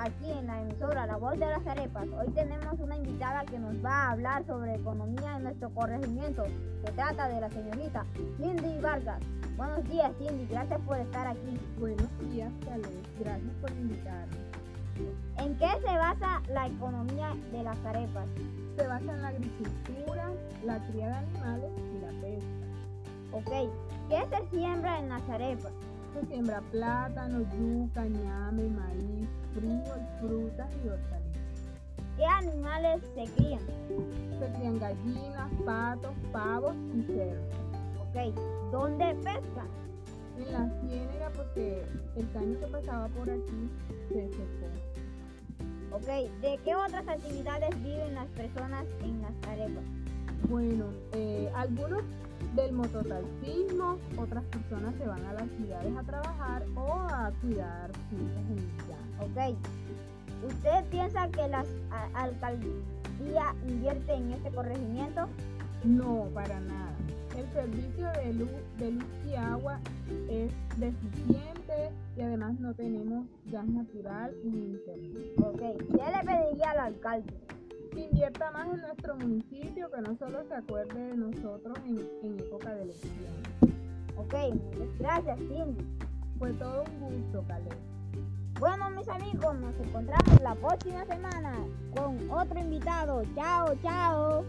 aquí en la emisora La Voz de las Arepas. Hoy tenemos una invitada que nos va a hablar sobre economía en nuestro corregimiento. Se trata de la señorita Cindy Vargas. Buenos días, Cindy. Gracias por estar aquí. Buenos días, Caleb. Gracias por invitarme. ¿En qué se basa la economía de las arepas? Se basa en la agricultura, la cría de animales y la pesca. Ok, ¿qué se siembra en las arepas? Se siembra plátano, yuca, ñame, maíz, frijol, frutas y hortalizas. ¿Qué animales se crían? Se crían gallinas, patos, pavos y cerdos. Ok, ¿dónde pescan? En la ciénaga porque el caño que pasaba por aquí se secó. Ok, ¿de qué otras actividades viven las personas en las arepas? Bueno, eh, algunos del mototaxismo, otras personas se van a las ciudades a trabajar o a cuidar fincas en el llano. Ok, ¿usted piensa que la alcaldía invierte en este corregimiento? No, para nada. El servicio de luz, de luz y agua es deficiente y además no tenemos gas natural ni internet. Ok, ¿qué le pediría al alcalde? Que invierta más en nuestro municipio, que no solo se acuerde de nosotros en, en época de elecciones. Ok, gracias, Cindy. Fue todo un gusto, Caleb. Bueno, mis amigos, nos encontramos la próxima semana con otro invitado. Chao, chao.